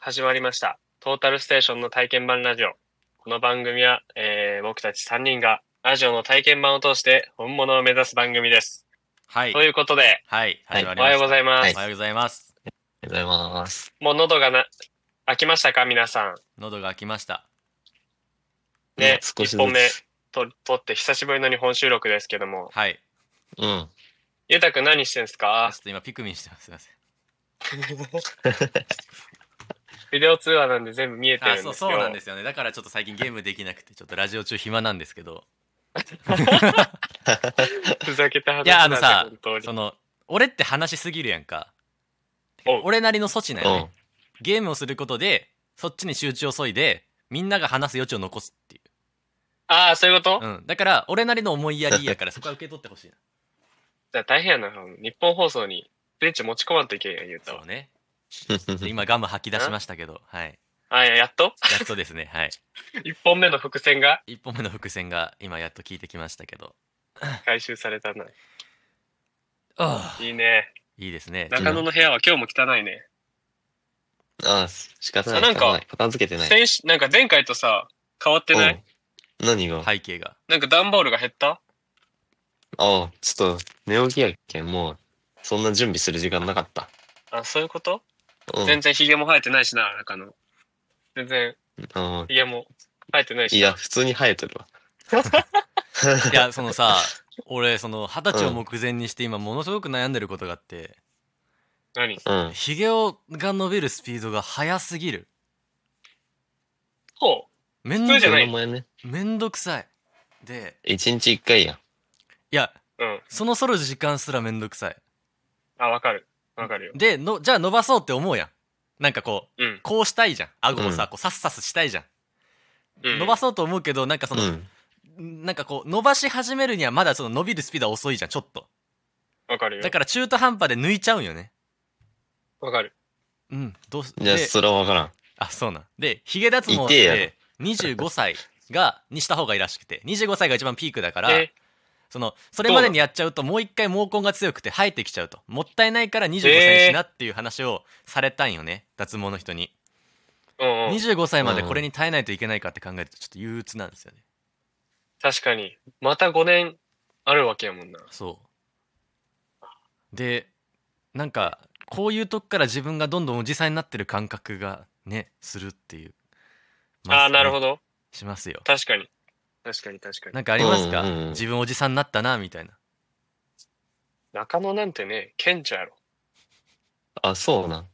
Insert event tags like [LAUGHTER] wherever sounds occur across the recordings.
始まりました。トータルステーションの体験版ラジオ。この番組は、えー僕たち3人がラジオの体験版を通して本物を目指す番組です。はい。ということで、はい。は始いまおりまはよしうたございます。おはようございます。ありがとうございます。もう喉がな、開きましたか皆さん。喉が開きました。ね、少しず1つ本目と撮って久しぶりの日本収録ですけども。はい。うん。ゆうたくん何してんすちょかっと今ピクミンしてます。すいません。ビデオ通話なんで全部見えてるんあ、ですそよ。う、そうなんですよね。だからちょっと最近ゲームできなくて、ちょっとラジオ中暇なんですけど、ふざけた話いやあのさなんで本当そに。の、俺って話しすぎるやんか。おう俺なりの措置なうよね。ゲームをすることで、そっちに集中を削いで、みんなが話す余地を残すっていああ、そういうこと、う。うん。だから、俺なりの思いやりやから、そこは受け取ってほしい [LAUGHS] な。じゃあ大変やな。日本放送にスイッチ持ち込まんといけんやん、ゆうたそはう。ね。でん。 [LAUGHS] 今、ガム吐き出しましたけど、はい。あーいや、やっとやっとですね、はい。 1本目の伏線が一本目の伏線が、今、やっと聞いてきましたけど。回収されたな。ああいいね。いいですね。中野の部屋は今日も汚いね。あ、仕方ない。あなんか仕方い片付けてない。先週、なんか前回とさ、変わってない、うん何が、背景が。なんか段ボールが減ったああ、ちょっと寝起きやっけん、もう、そんな準備する時間なかった。あ、そういうこと、うん。全然ヒゲも生えてないしな、中野。全然うんヒゲも生えてないし。いや、。普通に生えてるわ。いやそのさ俺その二十歳を目前にして今ものすごく悩んでることがあって何うん。ひげをが伸びるスピードが速すぎるほめん普通じゃそないの前ね、めんどくさいで一日一回や。いやう。うん。その剃る時間すらめんどくさいあ、わかる。わかるよ。でのじゃあ伸ばそうって思うやんなんかこううん。こうしたいじゃん顎をさ、うんこうサスサスしたいじゃん、うん、伸ばそうと思うけどなんかその、うん。なんかこう伸ばし始めるにはまだその伸びるスピードは遅いじゃんちょっとわかるよ。だから中途半端で抜いちゃうんよねわかる。うんどうすじゃあ、でそれはわからん。あそうなんでヒゲ脱毛っ痛えやろて25歳がにした方がいいらしくて25歳が一番ピークだからえ、そのそれまでにやっちゃうともう一回毛根が強くて生えてきちゃうともったいないから25歳にしなっていう話をされたんよね、脱毛の人にうんうん。 25歳までこれに耐えないといけないかって考えるとちょっと憂鬱なんですよね確かに。また5年あるわけやもんな。そうでなんかこういうとこから自分がどんどんおじさんになってる感覚がねするっていうああ、なるほどど。しますよ確かに。確かに確かに。なんかありますか、うんうんうん自分おじさんになったなみ [LAUGHS] たいな中野なんてね、顕著やろ。あ、そうなん。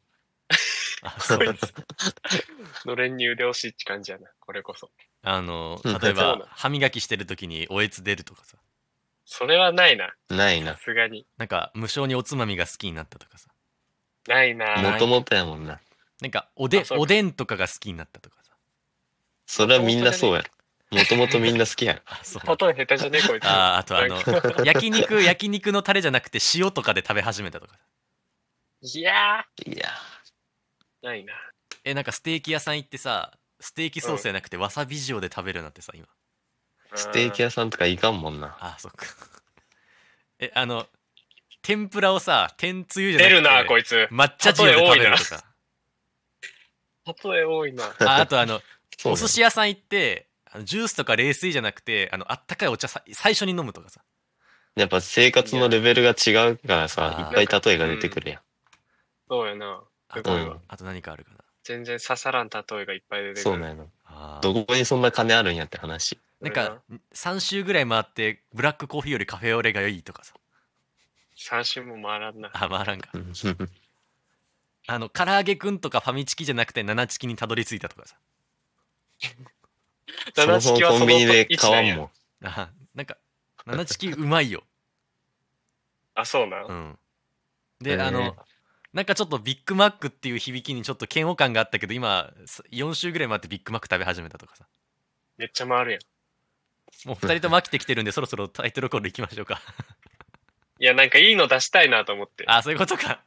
あそうこいつ。のれんに腕押しって感じやな、これこそ。あのうん例えそうなばの歯磨きしてる時におえつ出るとかさそれはないな、 [LAUGHS] ないさな。すがに。なんか無性におつまみが好きになったとかさないな。もともとやもんな。なんかおであそうかおでんとかが好きになったとかさそれはみんなそうやろ。もともとみんな好きやろ。あそう例え下手じゃねえ、こいつ。あーあとあのなん [LAUGHS] 焼肉焼肉のタレじゃなくて塩とかで食べ始めたとかいやいや。ー、ないな。えなんかステーキ屋さん行ってさステーキソースじゃなくてわさび塩で食べるなんてさ今ステーキや。屋さんとか行かんもんな。あそっか [LAUGHS] えあの天ぷらをさ天つゆじゃ出るなな、くこていつ。抹茶塩で食べるとか例え多いな。ああとあの [LAUGHS] そうおなの寿司屋さん行ってあのジュースとか冷水じゃなくてあのあったかいお茶さ最初に飲むとかさやっぱ生活のレベルが違うからさ、あーいっぱい例えが出てくるやん。そうやな。あすとごういんわ。あと何かあるかな全然刺さらん例えがいっぱい出てくる。そうなんやな。あーどこにそんな金あるんやって話。なんか3周ぐらい回ってブラックコーヒーよりカフェオレがいいとかさ三振も回らんな。あ回らんかうんあの唐揚げくんとかファミチキじゃなくて七チキにたどり着いたとかさ [LAUGHS] そも [LAUGHS] そもコンビニで買わんん。もん。あーなんか七チキうま [LAUGHS] いよあ、そうなん。うんで、へーあのなんかちょっとビッグマックっていう響きにちょっと嫌悪感があったけど今4週ぐらい回ってビッグマック食べ始めたとかさめっちゃ回るやん。もう2人とも飽きてきてるんでそろそろタイトルコールいきましょうかいや、なんかいいの出したいなと思って。あーそういうことか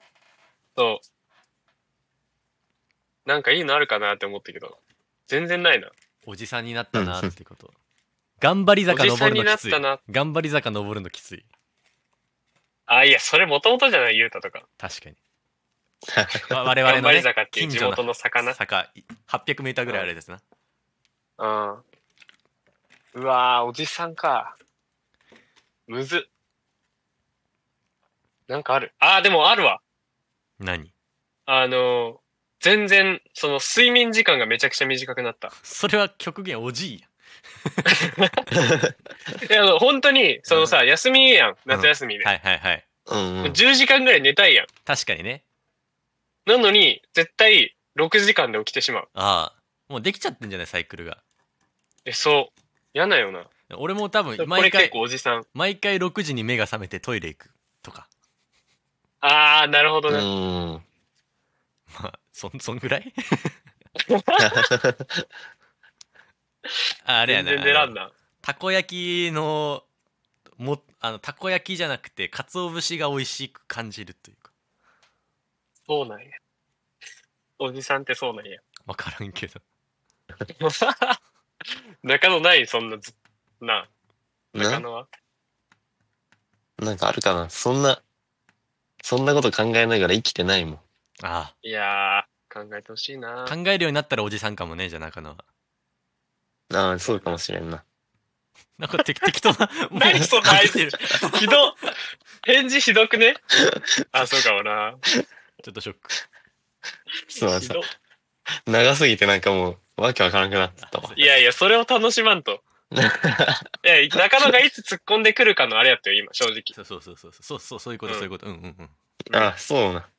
そう。なんかいいのあるかなって思ったけど、全然ないな。おじさんになったなーってこと頑張り坂おじさん登にるなのっきついたな頑張り坂登るのきつい [LAUGHS] あ、いや、それもともとじゃない、ゆうたとか。確かにわ我々頑の、張ねり、坂っていう近地所元のの魚。坂800メーターぐらいあるですな。うん。うわー、おじさんか。むずっ。なんかある。あー、でもあるわ。何あのー全然、その睡眠時間がめちゃくちゃ短くな [LAUGHS] った。それは極限おじいや。いや、あの本当に、そのさ、休みやん。夏休みで。はいはいはい。うんうん。 10時間ぐらい寝たいやん。確かにね。なのに、絶対6時間で起きてしまう。ああ、もうできちゃってんじゃないサイクルが。え、そう。嫌なよな。俺も多分これ毎結回構、おじさん。毎回6時に目が覚めてトイレ行くとか。あー、なるほどうね。ん。まあ、そん、そんぐらい [LAUGHS] ああれや全然な。出らんな。たこ焼きのもあのたこ焼きじゃなくて鰹節が美味しく感じるというかそうなんや。おじさんってそうなんや。分からんけど中野ないそんなず、な、中な野は。 [LAUGHS] なんかあるかなそんな、そんなこと考えながら生きてないもん。あいやー、考えてほしいなあ。考えるようになったらおじさんかもねじゃあ中野はああ、そうかもしれんな。なんか適 [LAUGHS] 適当なもう何そんな相手ひどっ返事ひどく [LAUGHS] ねあ、そうかもな。ちょっとショックすまんひさどっ。長すぎてなんかもう、わけわからなくなったわ。いやいや、それを楽しまんと。いや、中野がいつ突っ込んでくるかのあれやったよ、今、正直。そうそうそうそうそうそうそういうこと、うんそういうことうんうんうんあ、そうな。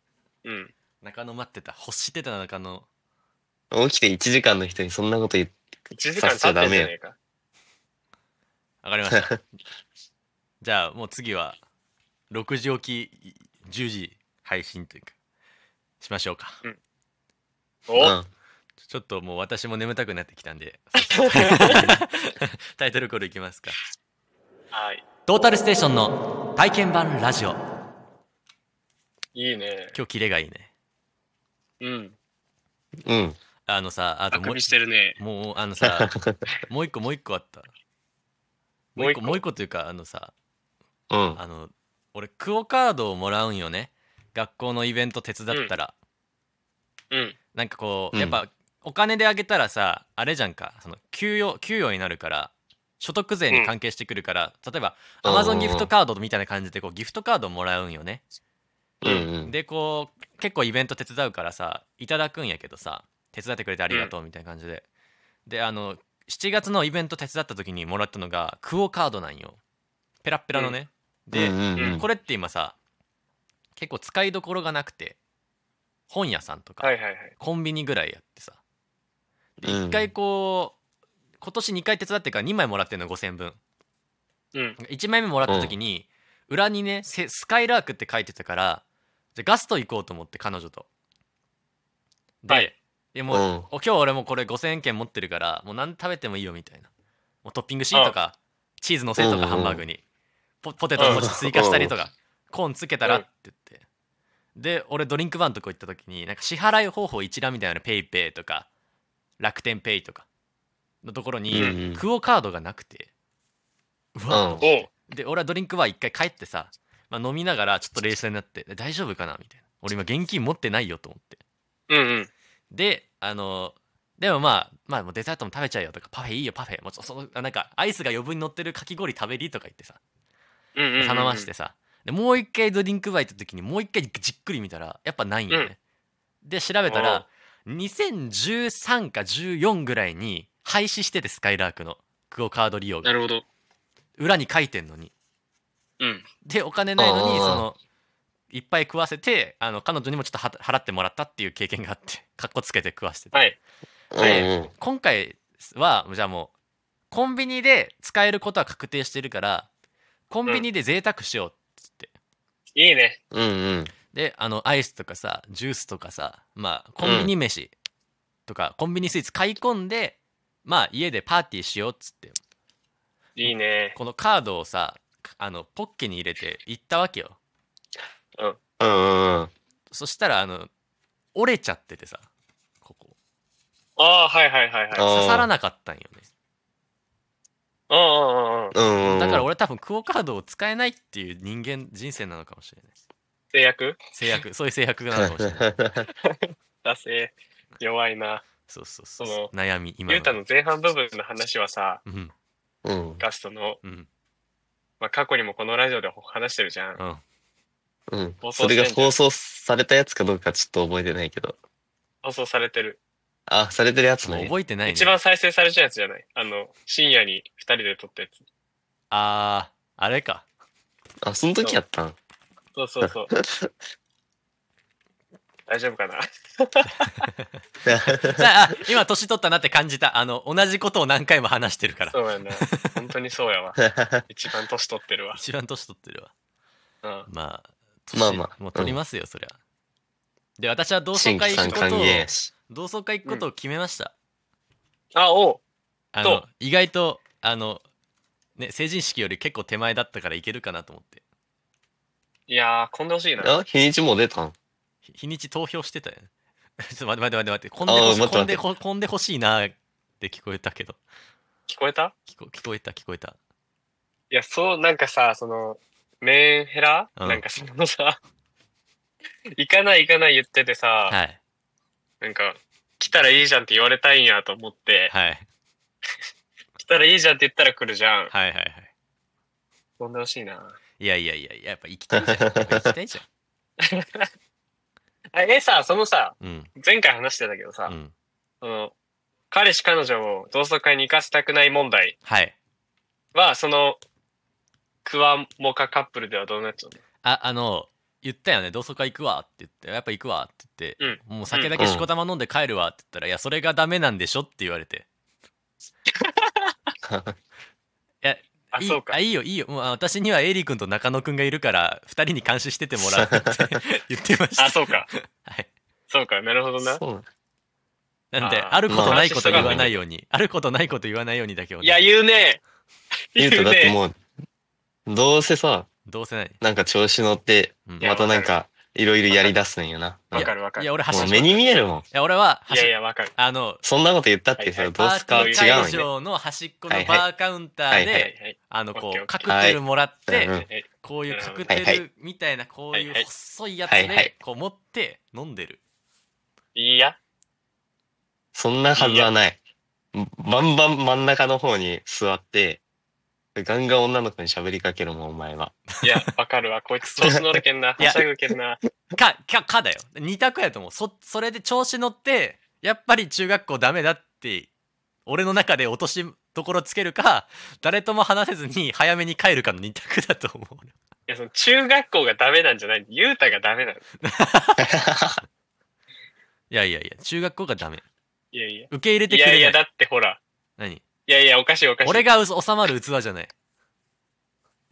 うん。中野待ってた欲してたな中野起きて1時間の人にそんなこと言って、 1時間経ってんじゃねえか。わかりましたじゃあもう次は6時起き10時配信というかしましょうか [LAUGHS] うお、ん。ちょっともう私も眠たくなってきたんで [LAUGHS] タイトルコールいきますかはい。トータルステーションの体験版ラジオ今いいね。日キレがいいねうん。うん。あのさああともくうびしてるね。もうあの [LAUGHS] さもう一個もう一個あったもう一個ももう一う一個というかあのさうん。あの俺クオカードをもらうんよね学校のイベント手伝ったら、うん。なんかこううんやっぱ、お金であげたらさあれじゃんかその給与給与になるから所得税に関係してくるから、例えばアマゾンギフトカードみたいな感じでこうギフトカードをもらうんよね。うんうん。でこう結構イベント手伝うからさいただくんやけどさ手伝ってくれてありがとうみたいな感じで。であの7月のイベント手伝った時にもらったのがクオ・カードなんよ。ペラッペラのね。で、うんうんうんこれって今さ結構使いどころがなくて本屋さんとか、はいはいはい。コンビニぐらいやってさでうん1回こう、今年2回手伝ってから2枚もらってんの5000分うん。 1枚目もらった時に、裏にねせスカイラークって書いてたからじゃあガスト行こうと思って彼女とで、はいでもううんお今日俺もうこれ5000円券持ってるからもう何食べてもいいよみたいなもうトッピングしとかチーズのせとうんうかんハンバーグにポポテトも追加したりとかコーンつけたらうんって言ってで俺ドリンクバーのとこ行った時になんか支払い方法一覧みたいなのペイペイとか楽天ペイとかのところうんうんにクオカードがなくてうわうんおで俺はドリンクバー一回帰ってさ、まあ、飲みながらちょっと冷静になってで大丈夫かなみたいな俺今現金持ってないよと思ってうんうん。であのでもまあまあもうデザートも食べちゃえよとかパフェいいよパフェもうそそのあなんかアイスが余分に乗ってるかき氷食べりとか言ってさうんうんうんうん。頼ましてさでもう一回ドリンクバー行った時にもう一回じっくり見たらやっぱないんよね、で調べたら2013か14ぐらいに廃止しててスカイラークのクオカード利用ながるほど。裏に書いてんのにうん。でお金ないのにあーそのいっぱい食わせてあの彼女にもちょっとは払ってもらったっていう経験があって [LAUGHS] かっこつけて食わしてて、はい。うん今回はじゃあもうコンビニで使えることは確定してるからコンビニで贅沢しようっつって、いいね。うん。うんうん。であのアイスとかさジュースとかさまあコンビニ飯とか、コンビニスイーツ買い込んでまあ家でパーティーしようっつっていいね。このカードをさあのポッケに入れて行ったわけようんうん。そしたらあの折れちゃっててさここああ、はいはいはいはい。刺さらなかったんよねうんうんうんうん。うんうん。だから俺多分クオカードを使えないっていう人間人生なのかもしれない制約制 [LAUGHS] 約そういう制約があるかもしれないだせ弱いな。そうそうそうそ悩み今ゆうたの前半部分の話はさ、うんうん。ガストの、うんまあ、過去にもこのラジオで話してるじゃん。うんうん放。送そしてれんじゃがん放送されたやつかどうかちょっと覚えてないけど。放送されてる。あ、されてるやつもうね。覚えてないね一番再生されてるやつじゃないあの、深夜に二人で撮ったやつ。あーあれかあ、その時やったんそうそう [LAUGHS] そう。大丈夫かなさああ今年取ったなって感じたあの同じことを何回も話してるからそうや [LAUGHS] な。本当にそうやわ。一番年取ってるわ。一番年取ってるわうん。まあ年まあまあもう取りますよ、そりゃで私は同窓新会規さ行んくこ歓とを迎やし。同窓会行くことを決めました、あ、おうあどのう意外とあのね成人式より結構手前だったからいけるかなと思っていやー、こんでほしいな。あ、日にちもう出たん日日にち投票してたよね [LAUGHS] ちょっと待って待って待って待ってこんでほしあこーん待って待ってでほこんでほしいなーって聞こえたけど聞こえた聞こ聞こえた聞こえたいや、そう、なんかさ、その、メンヘラ、うんなんかそのさ、 [LAUGHS] 行かない行かない言っててさ、はいなんか、来たらいいじゃんって言われたいんやと思って、はい来たらいいじゃんって言ったら来るじゃん。はいはいはい飛んでほしいな。いやいやいやいややっぱ行きたいじゃんやっぱ行きたいじあえ、さ、そのさ、ゃんうん前回話してたけどさ、うんその、彼氏彼女を同窓会に行かせたくない問題はいは、その、クワモカカップルではどうなっちゃうのああの言ったよね同窓会行くわって言ってやっぱ行くわって言って、もう酒だけうんしこたま飲んで帰るわって言ったら、いやそれがダメなんでしょって言われてあ、いいそうかあ。いいよいいよもうあ私にはエイリー君と中野君がいるから2人に監視しててもらうって [LAUGHS] 言ってましたあ、そうか。はいそうか。なるほどな。そうなんであーあることないことまあ言わないようにあることないこと言わないようにだけをねいや、言うね。ゆ言うたうだってね。もう、どうせさ、どうせない、なんか調子乗って、うん、いやまたなんか、いろいろやり出すねんよな。わもかるわかる。いや俺走うる目いに見えるもん。や俺ははい走やいや、わかる。あのそんなこと言ったってはさ、いはいどうパすーテか違ィーうん会で。場の端っこのはいはいバーカウンターはいはいではい。あのこオッケーうオッケーカクテルもらって、うんはいこういうカクはテいはルいみたいなこういはういはい細いやつはいはいでこう持って飲んでるいいや。そんなはずはない。バンバン真ん中の方に座って、ガンガン女の子に喋りかけるもん、お [LAUGHS] 前は。いや、わかるわ。こいつ調子乗るけんな。いはやしゃぐけんな。かかかだよ二択やと思うそそれで調子乗ってやっぱり中学校ダメだって俺の中で落としどころつけるか誰とも話せずに早めに帰るかの二択だと思ういや、その中学校がダメなんじゃない。ゆうたがダメなの。いやいやいや中学校がダメいやいや。受け入れていくれなやいいや、だってほら。何いやいや、おかしいおかしい。俺がう収まる器じゃない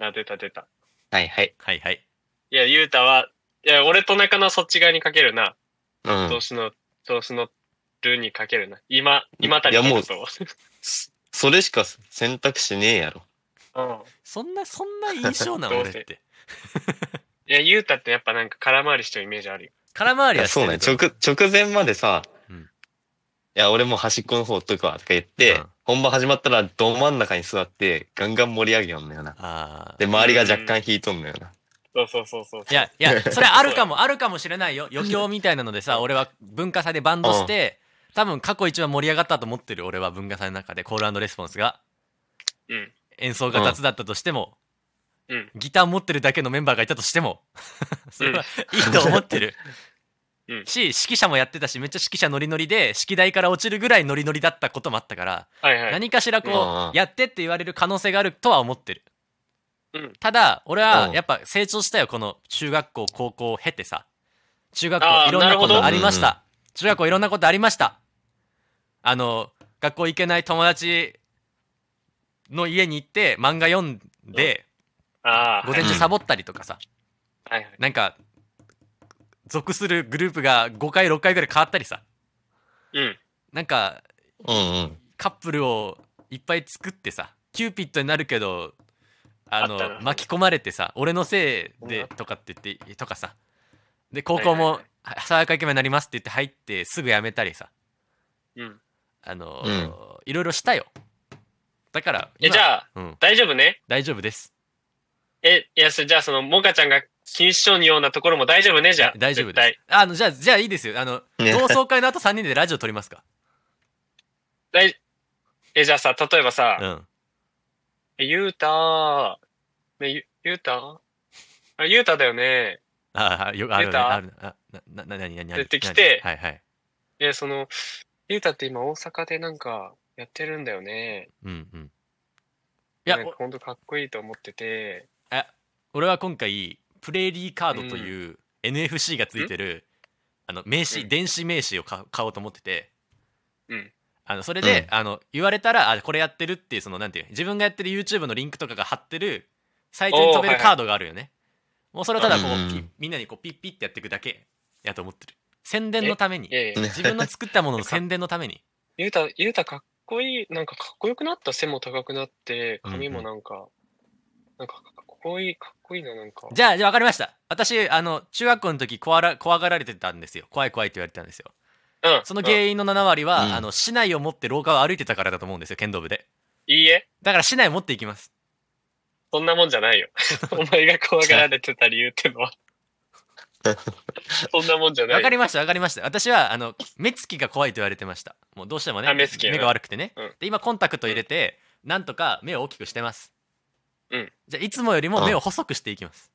あ、出た出た。はいはい。はいはいいや、ゆうたは、いや、俺と中野はそっち側にかけるな。う調ん。子の、調子のるにかけるな。今、今たりいやもうと。それしか選択肢ねえやろ。うん。そんなそんな印象なんどう俺せっていや、ゆうたってやっぱなんか空回りしてるイメージあるよ。空回いりはやしてそうるね。と思直、直前までさ、うんいや、俺もう端っこの方とかとか言って、うん本番始まったらど真ん中に座って、ガンガン盛り上げよんのよな。あで、あ周りが若干引いとんのよな。そうそうそうそう。いやいやそれあるかもあるかもしれないよ余興みたいなのでさ俺は文化祭でバンドして多分過去一番盛り上がったと思ってる俺は文化祭の中でコールレスポンスがうん。演奏が雑だったとしても、うんギター持ってるだけのメンバーがいたとしても [LAUGHS] それはいいと思ってる、うんし指揮者もやってたしめっちゃ指揮者ノリノリで指揮台から落ちるぐらいノリノリだったこともあったから、はいはい。何かしらこう、うんうんやってって言われる可能性があるとは思ってる、うんただ俺はうんやっぱ成長したよこの中学校高校を経てさ中学あ校ーいろんななこるほとどありましうんた中学校いろんなことありましたあの学校行けない友達の家に行って漫画読んでああ。午前中サボったりとかさ、はいはい。なんか属するグループが5回6回ぐらい変わったりさうん。なんかうんうん。カップルをいっぱい作ってさキューピッドになるけどあのあったな巻き込まれてさ俺のせいでうんとかって言ってとかさで高校はいもはいは爽やかイケメンになりますって言って入ってすぐ辞めたりさうん。あの、うんいろいろしたよだからえ、じあ、ゃあ、うん、大丈夫ね。大丈夫ですえ、いや、そじゃあ、その、モカちゃんが錦糸町にようなところも大丈夫ね、じゃあ。大丈夫絶で対す。あのじゃあじゃあいいですよあのね同窓会の後3人でラジオ撮りますか大え、 [LAUGHS] じゃあさ、例えばさ、うんえゆうたね、ゆ、ゆうたあ、ゆうただよね。ああよあ出るねたあるねあななな何何何出てきて何はいはいえ、その、ゆうたって今大阪でなんかやってるんだよね。うんうんいいやなんかほんとかっこいいと思ってて。あ俺は今回プレーリーカードという NFC がついてるあの名刺、うん電子名刺を買う買おうと思ってて、うんあのそれで、うあの言われたらあこれやってるっていうそのなんていう自分がやってる YouTube のリンクとかが貼ってるサイトに飛べおーはいはるいカードがあるよね、もうそれをただこう、うんピみんなにこうピッピッってやっていくだけやと思ってる宣伝のためにいやいや、ね自分の作ったものの宣伝のためにゆうた、ゆうたかっこいい。なんかかっこよくなった。背も高くなって、髪うんもうんなんか、なんかかっこいい、かっこいいな、なんか。じゃあじゃあ分かりました私あの中学校の時怖ら怖がられてたんですよ怖い怖いって言われてたんですようん。その原因の7割は、うんあの市内を持って廊下を歩いてたからだと思うんですよ剣道部でうんいいえ、だから市内を持っていきますそんなもんじゃない [LAUGHS] よ。お前が怖がられてた理由ってのは。そんなもんじゃなわいかよ。りましたわかりました私はあの目つきが怖いと言われてましたもうどうしてもねあ目つきがが悪くてね、うんで今コンタクト入れて、なんとか目を大きくしてますうんじゃあいつもよりも目を細くしていきます、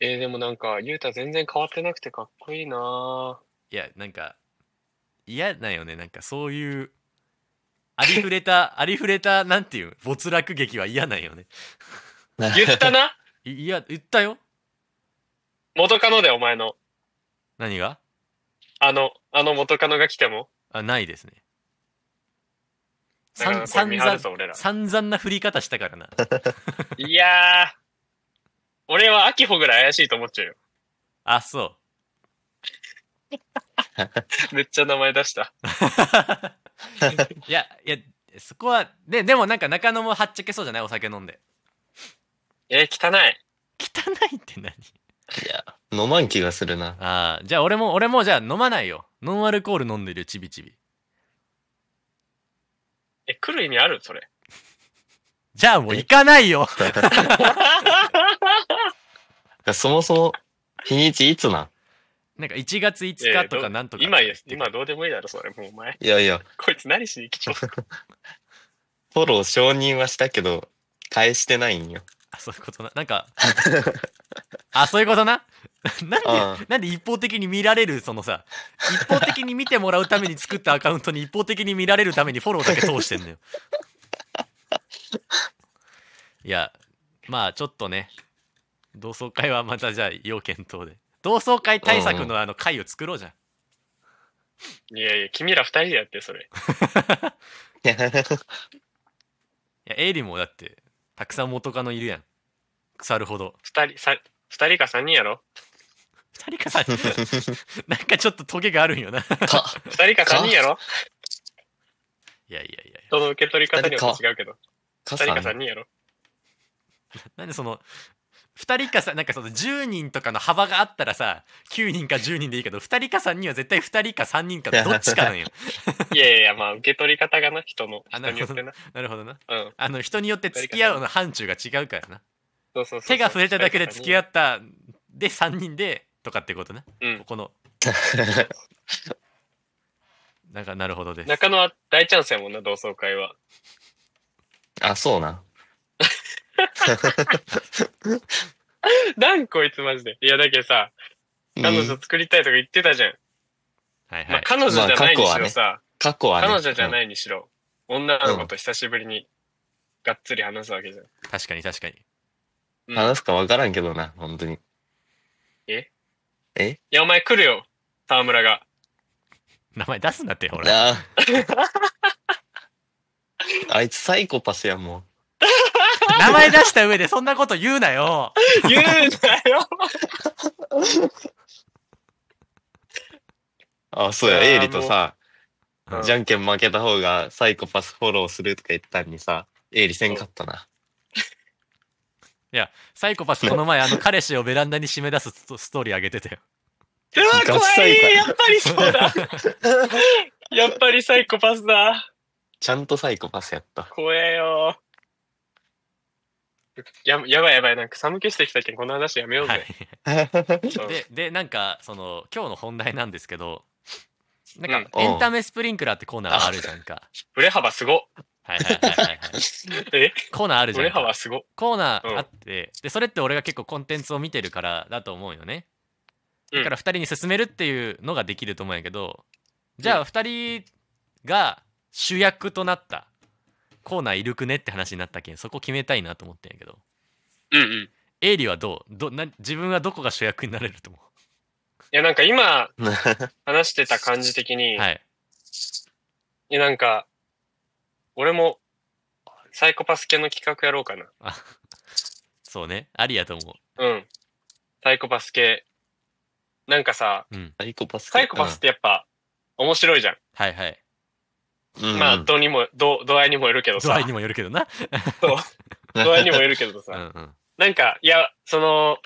えー、でもなんか、ゆうた全然変わってなくてかっこいいなぁ。いやなんか嫌だよねなんかそういうありふれたありふれたなんていう没落劇は嫌なんよね言 [LAUGHS] ったな [LAUGHS] いいや言ったよ元カノでお前の。何があの、あの元カノが来ても。あないですねだからさんこれ見張る散ぞ、俺ら。散々な振り方したからな [LAUGHS] いやー。俺は秋穂ぐらい怪しいと思っちゃうよ。あそめっちゃ名前出した。ういやいやそこはででもなんか中野もはっちゃけそうじゃないお酒飲んでえー、汚い。汚いって何飲まん気がするな。ああじゃあ俺も俺もじゃあ飲まないよノンアルコール飲んでるよちびちびえ、来る意味あるそれ。じゃあもう行かないよそもそも、日にちいつなんなんか1月5えー日とどかなんとか今言言っう、てく今どうでもいいだろ、それ。もうお前。いやいや、こいつ何しに来ちゃう [LAUGHS] フォロー承認はしたけど、返してないんよ。あそういうことななんかあそういうことな [LAUGHS] なんうでなんで一方的に見られるそのさ一方的に見てもらうために作ったアカウントに一方的に見られるためにフォローだけ通してん [LAUGHS] のよいやまあちょっとね同窓会はまたじゃあ要検討で同窓会対策うんのあの会を作ろうじゃん、いやいや、君ら二人でやって、それ。 [LAUGHS] いやエイリもだってたくさん元カノいるやん腐るほど二人、さ二人か三人やろ二人かさ [LAUGHS] なんかちょっとトゲがあるんよないか、二人か三人やろやいやいやいやその受け取り方によって違うけど。か二さ人んか三人やろなんでその2人かさなんかその10人とかの幅があったらさ9人か10人でいいけど2人か3人は絶対2人か3人か [LAUGHS] のどっちかなんよいやいやいや、まあ、受け取り方がな、人の。あ人によってな。なるほどなうん。あの人によって付き合うの範疇が違うからなそうそうそうそう。手が触れただけで付き合っったで3人でとかってことな、うんここのなんかなるほどです中野は大チャンスやもんな、同窓会は。あ、そう [LAUGHS] な。なんこいつマジで。いや、だけどさ、彼女作りたいとか言ってたじゃん。はいはい、まあ、彼女じゃないにしろさ、過去はね。。彼女じゃないいにしろ、女の子と久しぶりに、がっつり話すわけじゃん。確かに確かにうんい話すかわからんけどな、本当に。や、お前来るよ、沢村が。名前出すなってほらなあ。 [LAUGHS] あいつサイコパスやもん。名前出した上でそんなこと言うなよ言うなよあ、そうや、いやーエイリとさ、うんじゃんけん負けた方がサイコパスフォローするとか言ったんにさ、エイリせんかったな。サイコパスこの前あの彼氏をベランダに締め出すストストーリー上げてたようわ、ガ怖ッサリいかやっぱりそうだやっぱりサイコパスだちゃんとサイコパスやった。怖えよややばいやばい、なんか寒気してきたけん、この話やめようはぜ。いそうででなんかその今日の本題なんですけどなんかうんエンタメスプリンクラーってコーナーあるじゃんか、振れ幅すご。はいはいはいはいはいえコーナーあるじ振ゃれんか幅すご。コーナーあって、でそれって俺が結構コンテンツを見てるからだと思うよねうんだから2人に勧めるっていうのができると思うんやけどじゃあ2人が主役となったコーナーいるくねって話になったけんそこ決めたいなと思ってんやけどうんうん。いエイリはどうどな自分はどこが主役になれると思や、なんか今 [LAUGHS] うん話してた感じ的に、うはいいや、なんか、俺も、サイコパス系の企画やろうかな。あ [LAUGHS] そうねありやと思ううん。サイコパス系。なんかさ、うんサイコパスか。サイコパスってやっぱ、面白いじゃん。はいはいうん、まあ、うんどうにも、どう、度合いにもよるけど度さ合い。にもよるけ [LAUGHS] どな度合いにもよるけどう [LAUGHS] さ。んうんなんか、いや、その、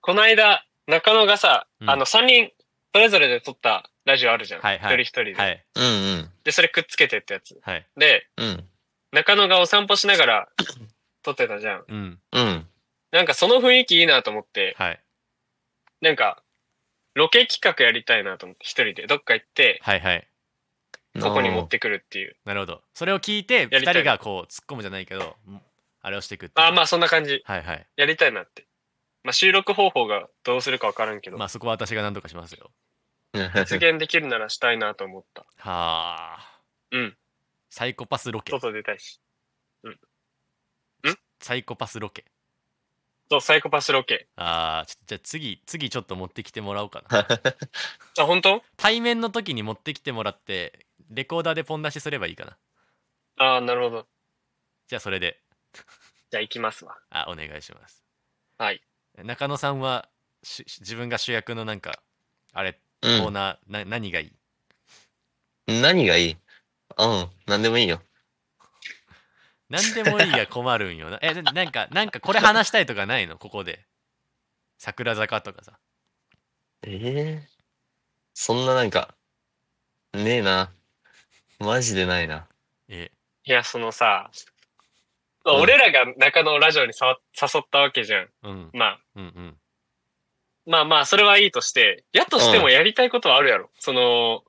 この間、中野がさ、うんあの、3人、それぞれで撮ったラジオあるじゃん。はいはい一人一人で、はい [LAUGHS] うんうん。で、それくっつけてってやつ。はいで、うん。中野がお散歩しなが [LAUGHS] ら撮ってたじゃん。うんうん。なんかその雰囲気いいなと思って、はいなんか、ロケ企画やりたいなと思って、一人でどっか行って、はいはいここに持ってくるっていう。なるほどそれを聞いてや2りたい人がこう突っ込むじゃないけどうんあれをしていくっていうああ、まあそんな感じ。はいはいやりたいなって。まあ収録方法がどうするかわからんけど、まあそこは私が何とかしますよ実 [LAUGHS] 現できるならしたいなと思った。はあうんサイコパスロケ外出たいし。サイコパスロケそう、サイコパスロケ。あーちょじゃあ次次ちょっと持ってきてもらおうかなうあ、本当対面の時に持ってきてもらってレコーダーでポン出しすればいいかなああ、なるほど。じゃあそれでじゃあ行きますわ。あお願いしますはい中野さんはしし自分が主役のなんかあれコんーナー、な何がいいうん。何がいいうん。何でもいいよ。何でもいいが困るんよなえななんかなんかこれ話したいとかないのここで桜坂とかさええそんななんか、ねえな。マジでないな。えいや、そのさ、うん俺らが中野をラジオにさ誘ったわけじゃん。うんまあ、うんうんまあまあ、それはいいとして、やとしてもやりたいことはあるやろ。その、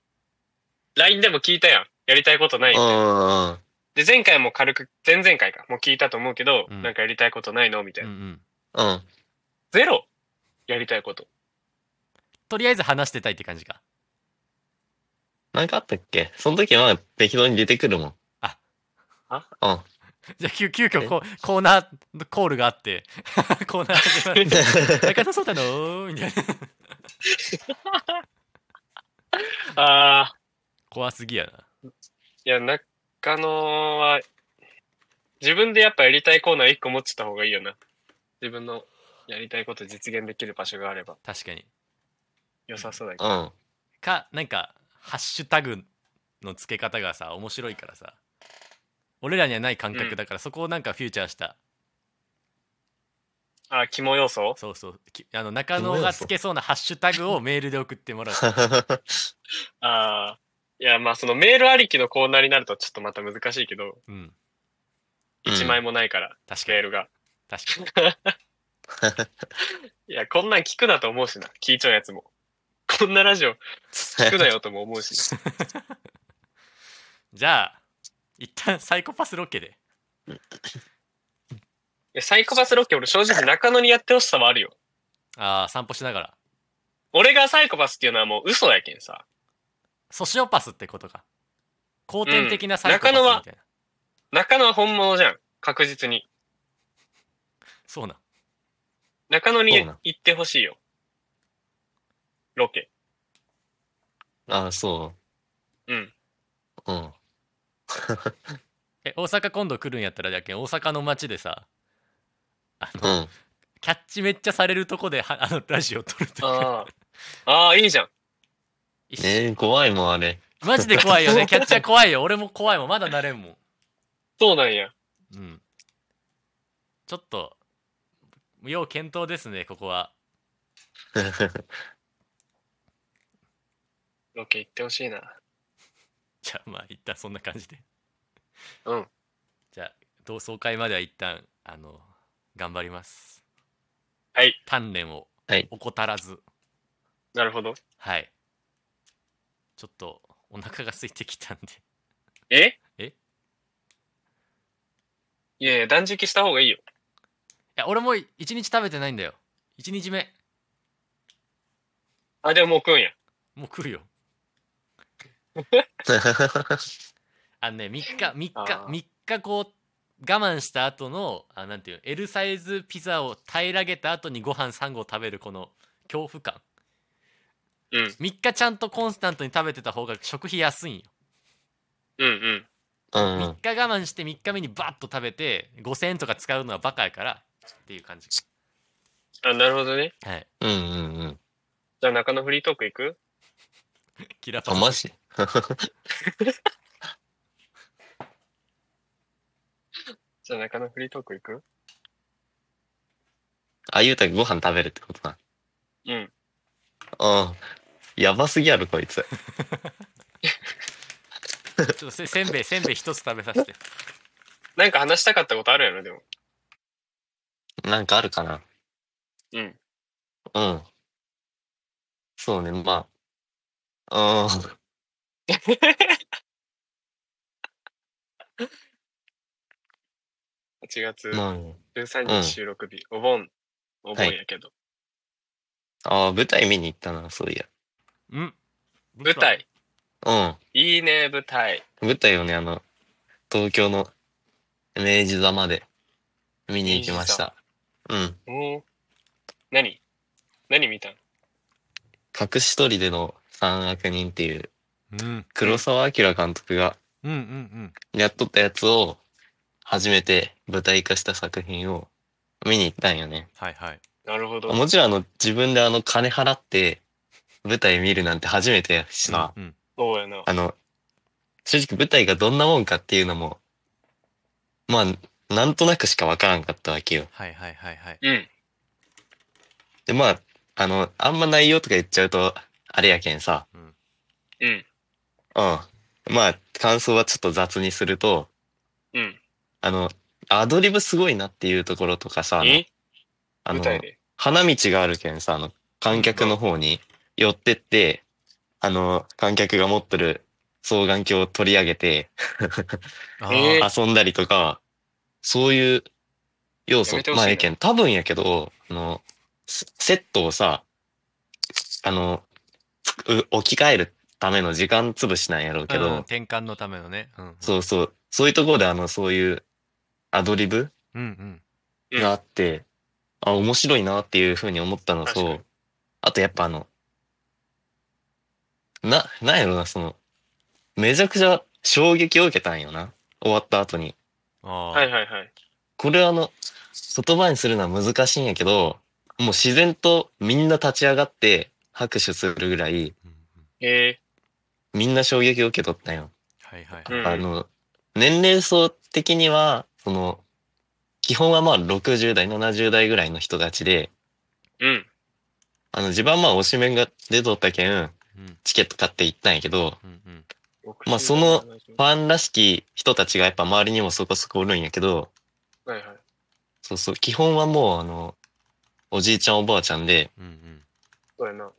LINE でも聞いたやん。やりたいことないうんみたいな。うんうん。で、前回も軽く、前々回か。もう聞いたと思うけど、うんなんかやりたいことないのみたいうんうな。んうん。ゼロやりたいこと。とりあえず話してたいって感じか [LAUGHS] なんかあったっけその時は適当に出てくるもん。ああうん。じゃあ急急遽こコーナーのコールがあって [LAUGHS] コーナー始まる [LAUGHS] 中野そうだのみたいなああ、怖すぎやないや、中野は、自分でやっぱやりたいコーナー一個持ってた方がいいよな。自分のやりたいこと実現できる場所があれば確かに良さそうだけど。うん。かなんかハッシュタグの付け方がさ面白いからさ俺らにはない感覚だから、そこをなんかフューチャーしたあ、肝要素そうそうきあの中野がつけそうなハッシュタグを [LAUGHS] メールで送ってもらうああ。いや、まあそのメールありきのコーナーになるとちょっとまた難しいけど、うん1枚もないから、確かメーにルが。確かにいや、こんなん聞くなと思うしな。聞いちゃうやつも。 [LAUGHS] こんなラジオ聞くなよとも思うしな。じゃあ一旦サイコパスロケでいや、サイコパスロケ俺正直中野にやってほしさはあるよ。あー散歩しながら俺がサイコパスっていうのはもう嘘やけんさ。ソシオパスってことか後天的なサイコパスうん中野はみたいな、中野は本物じゃん。確実に。そうなん中野にそうなん行ってほしいよ。ロケ。 [LAUGHS] あ、そ [LAUGHS] うん。う。うん。え大阪今度来るんやったらだけん大阪の街でさあうの、ん。キャッチめっちゃされるとこではあのラジオ撮るとかああ。ああ、いいじゃん。一緒ええ怖いもん、あれ。 [LAUGHS] マジで怖いよねキャッチャー怖いよ俺も怖いもんまだなれんもんそうなんや。うんちょっと要検討ですねここはロケ行ってほしいな。じゃあまあ一旦そんな感じでうんじゃあ同窓会までは一旦あの頑張りますはい鍛錬をはい怠らずなるほど。はい、ちょっとお腹が空いてきたんでええいやいや、断食した方がいいよ。いや俺も一日食べてないんだよ一日目あ、でももう食うんや。もう来るよはあのね3日3日あー3日こう我慢した後のあなんていうの L サイズピザを平らげた後にご飯3合食べるこの恐怖感うん、 3日ちゃんとコンスタントに食べてた方が食費安いんようん、うん。うん。 3日我慢して3日目にバッと食べて5000円とか使うのはバカやからっていう感じあ、なるほどね。はいうんうんうん。じゃあ中野フリートーク行くキラパあ、スマジじゃあ中野フリートーク行くあ、ゆうたがご飯食べるってことな。うん。うん。やばすぎやろ、こいつ。ちょっとせせんべいせんべい一つ食べさせてなんか話したかったことあるやろ、でも。なんかあるかな。うん。うん。そうね、まあ。うん。 8月まあね、う13ん日収録日。お盆。お盆やけど。ああ、舞台見に行ったな、そういや。うん舞台。うん。いいね、舞台。舞台をね、あの、東京の明治座まで見に行きました。うん。うん。何何見たの隠し撮りでの三悪人っていううん黒澤明監督がうんうんうんやっとったやつを初めて舞台化した作品を見に行ったんよね。はいはいなるほど。もちろんあの自分であの金払って舞台見るなんて初めてやしな。うんそうやな。あの、正直舞台がどんなもんかっていうのも、まあ、なんとなくしかわからんかったわけよ。はいはいはいはいうん。で、まあ、あの、あんま内容とか言っちゃうと、あれやけんさ、うん。うん。まあ、感想はちょっと雑にすると、うん。あの、アドリブすごいなっていうところとかさ、あのえあ舞の台で。花道があるけんさ、あの、観客の方に寄ってって、あの、観客が持ってる双眼鏡を取り上げて、あえー遊んだりとか、そういう要や素めて、ほしいまなあ、やけん、多分やけど、あの、セセットをさ、あの、つう置き換えるための時間潰しなんやろうけうんど、転換のためのねうんそうそう、そういうところであの、そういうアドリブうんうんがあって、あ、面白いなっていうふうに思ったの確かとに、あとやっぱあの、な、なんやろな、その、めちゃくちゃ衝撃を受けたんよな。終わった後に。あはーいはいはい。これはあの、言葉にするのは難しいんやけど、もう自然とみんな立ち上がって拍手するぐらい、うんうんえみんな衝撃を受け取ったんよ。はいはいうんあの、年齢層的には、その、基本はまあ60代、70代ぐらいの人たちで、ー、うん。あの、自分はまあ、推しメンが出とったけん、うんチケット買って行ったんやけど、うんうんまあその60ファンらしき人たちがやっぱ周りにもそこそこおるんやけど、はいはい。そうそう、基本はもう、あの、おじいちゃんおばあちゃんで、うんうんそうやな。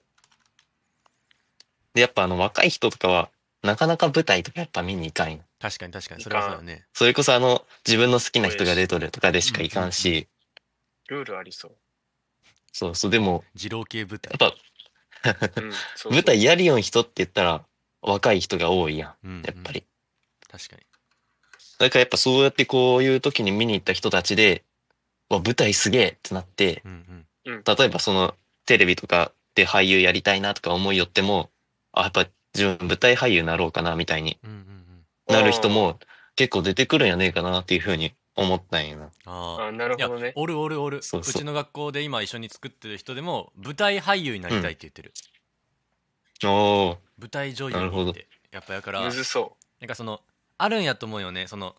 で、やっぱあの、若い人とかは、なかなか舞台とかやっぱ見に行かんよ。確かに確かにそれはそうだよねそれこそあの、自分の好きな人が出とるとかでしか行かんし、ルールありそう。そうそう、でも、二郎系舞台やっぱ、うん、そうそう舞台やりよん人って言ったら、若い人が多いやうんうんん、やっぱり。確かにだからやっぱそうやってこういう時に見に行った人たちで、わ、舞台すげえってなって、うんうん例えばそのテレビとかで俳優やりたいなとか思いよっても、あ、やっぱ自分舞台俳優になろうかなみたいにうんうんうんなる人も結構出てくるんやねえかなっていうふうに思ったんやな。あああー。あ、なるいやほどね。おるおるおるそうそううちの学校で今一緒に作ってる人でも舞台俳優になりたいって言ってる、おー、舞台女優なるほにどってやっぱやからむずそなんかそのあるんやと思うよねその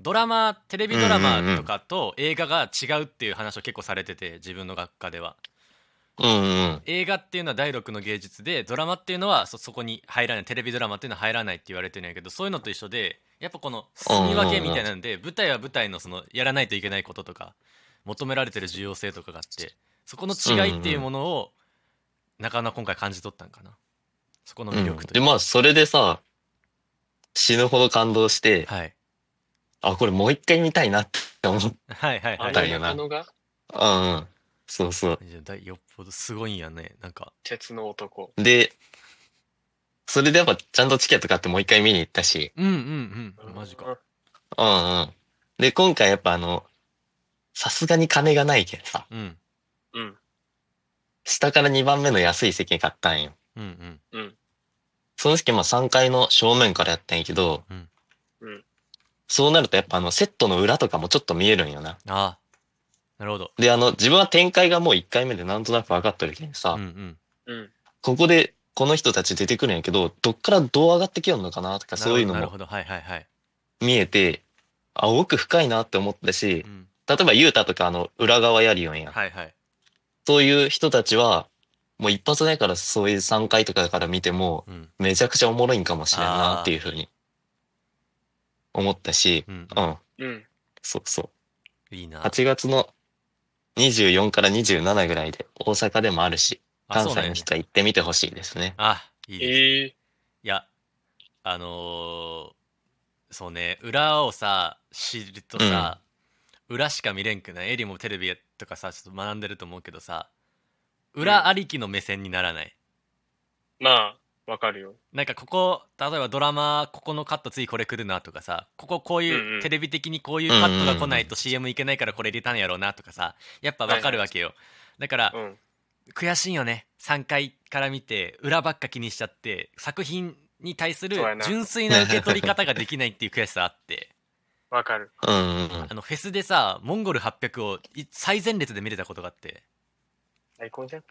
ドラマテレビドラマとかと映画が違うっていう話を結構されてて自分の学科ではうんうん。映画っていうのは第六の芸術でドラマっていうのはそそこに入らないテレビドラマっていうのは入らないって言われてるんやけどそういうのと一緒でやっぱこの住み分けみたいなんで舞台は舞台のそのやらないといけないこととか求められてる重要性とかがあってそこの違いっていうものをなかなか今回感じ取ったんかなそこのう魅ん力といで、うかまあ、それでさ、死ぬほど感動して、はいあ、これもう一回見たいなって思っはいはいはあいだのよな中野がた。うんうん。そうそう。じゃあだよっぽどすごいんやねなんか鉄の男。で、それでやっぱちゃんとチケット買ってもう一回見に行ったし、うんうんうんマジか。うんうん。で、今回やっぱあの、さすがに金がないけどさ、うんうん。下から2番目の安い席買ったんよ。うんうんうん。その時まあ3階の正面からやったんやけど、うんうんそうなるとやっぱあのセットの裏とかもちょっと見えるんよな。ああなるほどで、あの、自分は展開がもう1回目でなんとなく分かってるけどさ、うんうんうん。ここでこの人たち出てくるんやけど、どっからどう上がってきよんのかなとか、そういうのなるもほどなるほどはいはいはい見えて、あ、奥深いなって思ったしう、ん例えばユータとかあの、裏側やりよんや。はいはいそういう人たちは、もう一発目からそういう3回とかから見ても、うんめちゃくちゃおもろいんかもしれんなっていうふうに思ったし、うんうん、うん。そうそう。いいな8月の24から27ぐらいで大阪でもあるし、あ関そうなんや西ねの人は行ってみてほしいですね。あいいですいええやあのーそうね裏をさ知るとさ、裏しか見れんくないエリもテレビとかさちょっと学んでると思うけどさ裏ありきの目線にならない、まあ、わかるよ。なんかここ例えばドラマここのカット次これ来るなとかさこここういう、うんうんテレビ的にこういうカットが来ないと CM いけないからこれ入れたんやろうなとかさやっぱわかるわけよ、だから、うん。悔しいよね3回から見て裏ばっか気にしちゃって作品に対するそうやな純粋な受け取り方ができないっていう悔しさあってわかる。うん [LAUGHS] うんうん。あのフェスでさモンゴル800をい最前列で見れたことがあって最高じゃん。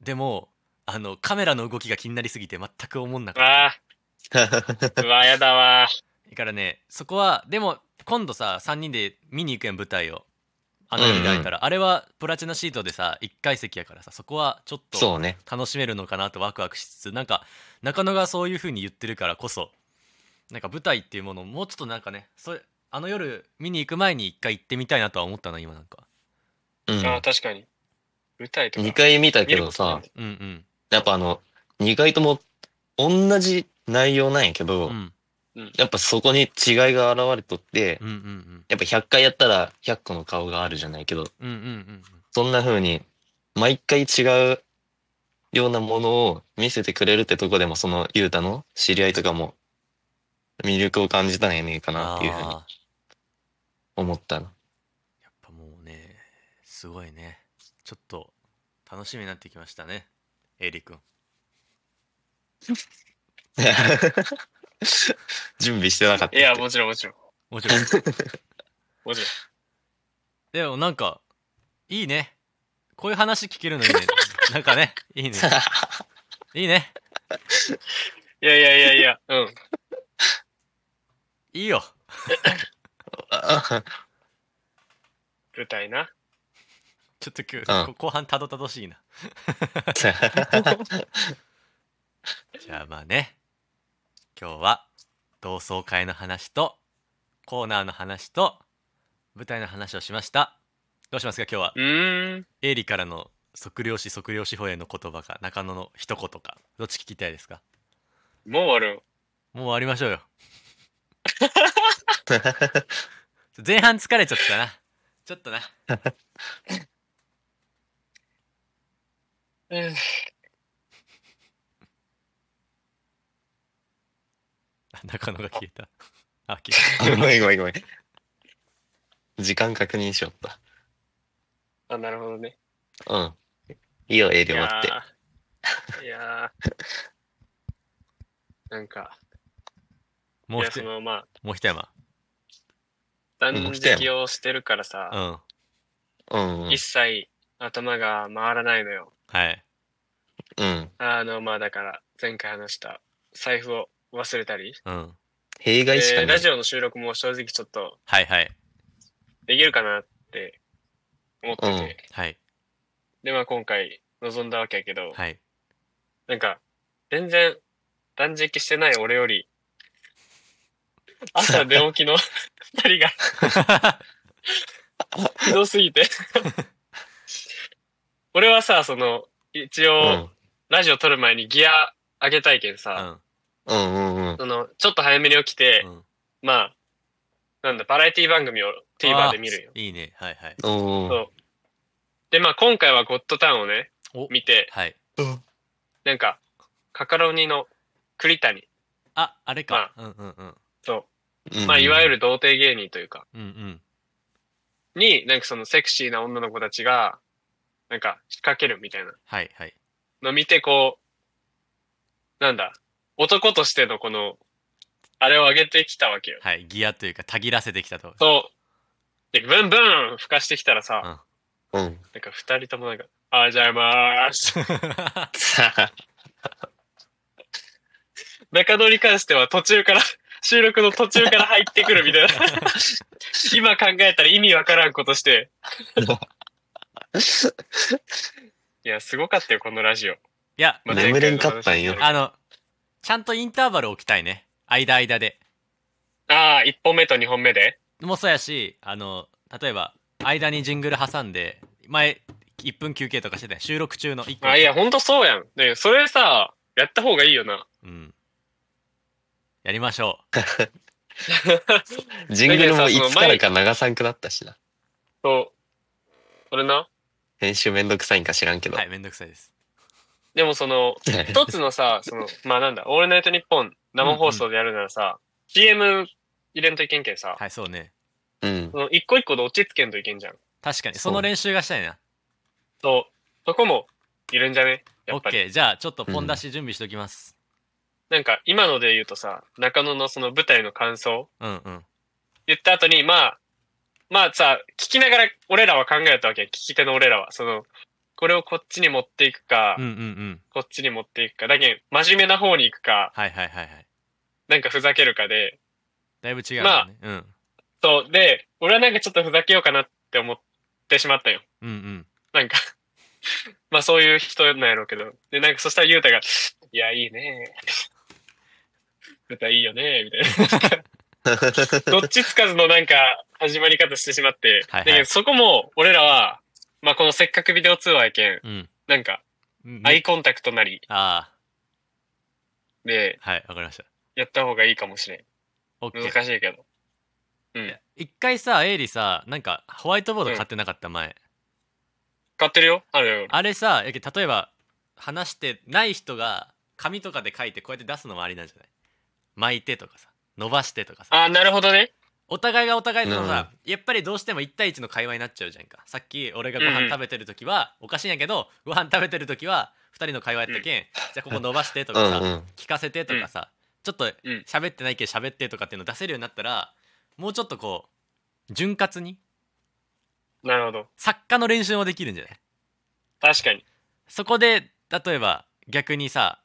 でもあのカメラの動きが気になりすぎて全く思んなかったああ、うわ、やだわ。だからねそこはでも今度さ3人で見に行くやん舞台をあの夜で会えたら、あれはプラチナシートでさ1階席やからさそこはちょっとそうね。楽しめるのかなとワクワクしつつなんか中野がそういう風に言ってるからこそなんか舞台っていうものをもうちょっとなんかねそれあの夜見に行く前に一回行ってみたいなとは思ったな今なんかうん。ああ、確かに。舞台とか。 2回見た見けるどことなんさて、うんうんやっぱあの、2回とも同じ内容なんやけど、うんやっぱそこに違いが現れとって、うんうんうんやっぱ100回やったら100個の顔があるじゃないけど、うんうんうんそんな風に毎回違うようなものを見せてくれるってとこでも、そのユータの知り合いとかも魅力を感じたんやねえかあなっあていうふうにー思ったな。やっぱもうねすごいねちょっと楽しみになってきましたねエリ君準備してなかったって。いや、もちろん、もちろん。もち [LAUGHS] ろんもちろん。でもなんかいいねこういう話聞けるのいいねなんかねいい [LAUGHS] ねいいねいやいやいやいや、うん。いいよ舞台な。ちょっと今うん日、こ後半たどたどしいな。じゃあまあね、今日は同窓会の話と、コーナーの話と、舞台の話をしました。どうしますか今日はう、ーん。エイリからの測量士測量士法への言葉か、中野の一言か、どっち聞きたいですかもう終わる。もう終わりましょうよ。 [LAUGHS] 前半疲れちゃったな。ちょっとな。うん。中野が消えた。あ、消えごめんごめんごめん。時間確認しよった。あ、なるほどね。うん。いいよ、エイいリ終やわって。ーいやーなんか、た。もいうや、ひそと、の、まあ、もう一山。断もう一食をしてるからうさ、ん。うんうん一。切頭が回らないのよ。はい。うん。あの、まあ、だから、前回話した財布を忘れたり、うん。弊害しえかーなラい。ジオの収録も正直ちょっとはいはい。できるかなって思ってて、うんはい。で、まあ、今回、臨んだわけやけど、はいなんか、全然断食してない俺より、朝出起きの [LAUGHS] 二人がひどすぎて。 [LAUGHS] 俺はさ、その、一応、うん。ラジオ撮る前にギア上げたいけんさ、うんうんうん。その、ちょっと早めに起きて、うんうんまあ、なんだ、バラエティ番組を TVer で見るよあ。ーいいねはいはいおそーうで、まあ今回はゴッドタウンをね、お見て、はいなんか、カカロニの栗谷、ああれか、うんうんうんそうんうう、ん。まあいわゆる。る童貞芸人というか、うんうんに、なんかそのセクシーな女の子たちが、なんか仕掛けるみたいなはいはいの見て、こう、なんだ、男としてのこの、あれを上げてきたわけよ。はいギアというかたぎらせてきたとそう。で、ブンブン吹かしてきたらさ、うん。なんか二人ともなんか、あーじゃあまーす。 [LAUGHS] 中野に関しては途中から、 [LAUGHS] 収録の途中から入ってくるみたいな。 [LAUGHS] 今考えたら意味わからんことして。いや、すごかったよ、このラジオ。いやまあ眠れんかったん前よ回の話になるあのちゃんとインターバル置きたいね間間でああ、一本目と二本目で。もそうやしあの例えば間にジングル挟んで前1分休憩とかしてたやん収録中の1個あ、いや、ほんとそうやん。ねそれさ、やった方がいいよな。うんやりましょうジングルもいつからか長さんくなったしな。そう。それな。編集めんどくさいんか知らんけど。はいめんどくさいですでもその、一つのさ、その、まあなんだ、オールナイトニッポン生放送でやるならさ、CM 入れんといけんけんさ、はいそうねうんそ。の一個一個で落ち着けんといけんじゃん。確かにそうその練習がしたいなそう。そこもいるんじゃねやオっッぱり。ケーじゃあちょっとポン出し準備しておきます、なんか今ので言うとさ、中野のその舞台の感想うん、うん言った後に、まあ、まあさ、聞きながら俺らは考えたわけよ聞き手の俺らは。その、これをこっちに持っていくか、うんうんうんこっちに持っていくか。だけん、真面目な方に行くか、はいはいはいはいなんかふざけるかで、だいぶ違うよね、うんそう。で、俺はなんかちょっとふざけようかなって思ってしまったよ。うんうんなんか、 [LAUGHS] まあそういう人なんやろうけど。で、なんかそしたらゆうたが、いや、いいね。 [LAUGHS] 歌いいよね、みたい [LAUGHS] な。どっちつかずのなんか始まり方してしまって。はいはいだけどそこも俺らは、まあこのせっかくビデオ通話やけん、うんなんかうんアイコンタクトなりあであはいわかりましたやった方がいいかもしれん。オッケー難しいけど。うん。一回さエイリさなんかホワイトボード買ってなかった前、買ってるよあるよ。あれさやけ例えば話してない人が紙とかで書いてこうやって出すのもありなんじゃない巻いてとかさ伸ばしてとかさあなるほどね。お互いがお互いのさ、やっぱりどうしても1対1の会話になっちゃうじゃんかさっき俺がごうんうん飯食べてる時は、おかしいんやけどご飯食べてる時は2人の会話やったけん、じゃあここ伸ばしてとうかんさうん。聞かせてとかさ、ちょっとん喋ってないけど喋ってとかっていうの出せるようになったらもうちょっとこう潤滑になるほど。作家の練習もできるんじゃない確かに。そこで例えば逆にさ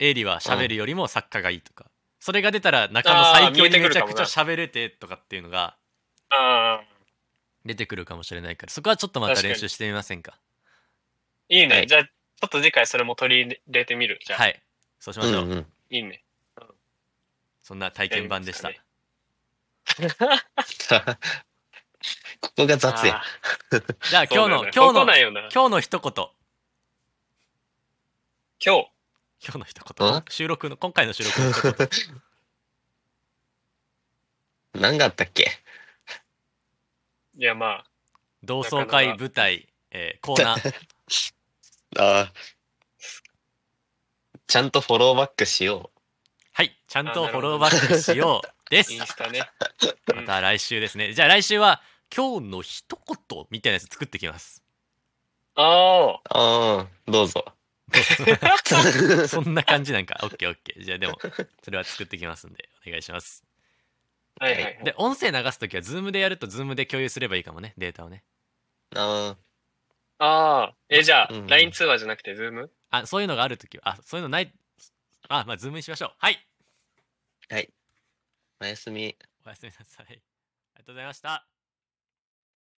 エイリは喋るよりも作家がいいとか、それが出たら中の最強にめちゃくちゃ喋れてとかっていうのがああ。出てくるかもしれないからそこはちょっとまた練習してみませんかいいね。はいじゃあ、ちょっと次回それも取り入れてみる。じゃあ、はいそうしましょう、うんうんい、いね。そんな体験版でしたやりここが雑や。じゃあ今日のそうだよねここ今日のなんよな今今日の一言日、今日の一言ん収録の今回の収録の一言 [LAUGHS] 何があったっけいやまあ、同窓会舞台、えーコーナーああ。ちゃんとフォローバックしよはいちゃんとフォローバックしようですインスタ [LAUGHS] ね。また来週ですねじゃあ来週は今日の一言みたいなやつ作ってきますあう。ああ、どうぞ。 [LAUGHS] そんな感じなんか。オッケーオッケー。じゃあでも、それは作ってきますんで、お願いします。あ、はいはいはい。で、音声流すときは、ズームでやると、ズームで共有すればいいかもね、データをね。あああ。え、じゃあ、うん LINE 通話じゃなくて、Zoom? あ、そういうのがあるときは、あ、そういうのない、あ、まあ、ズームにしましょう。はい。あ、はい。おやすみ。おやすみなさい。ありがとうございました。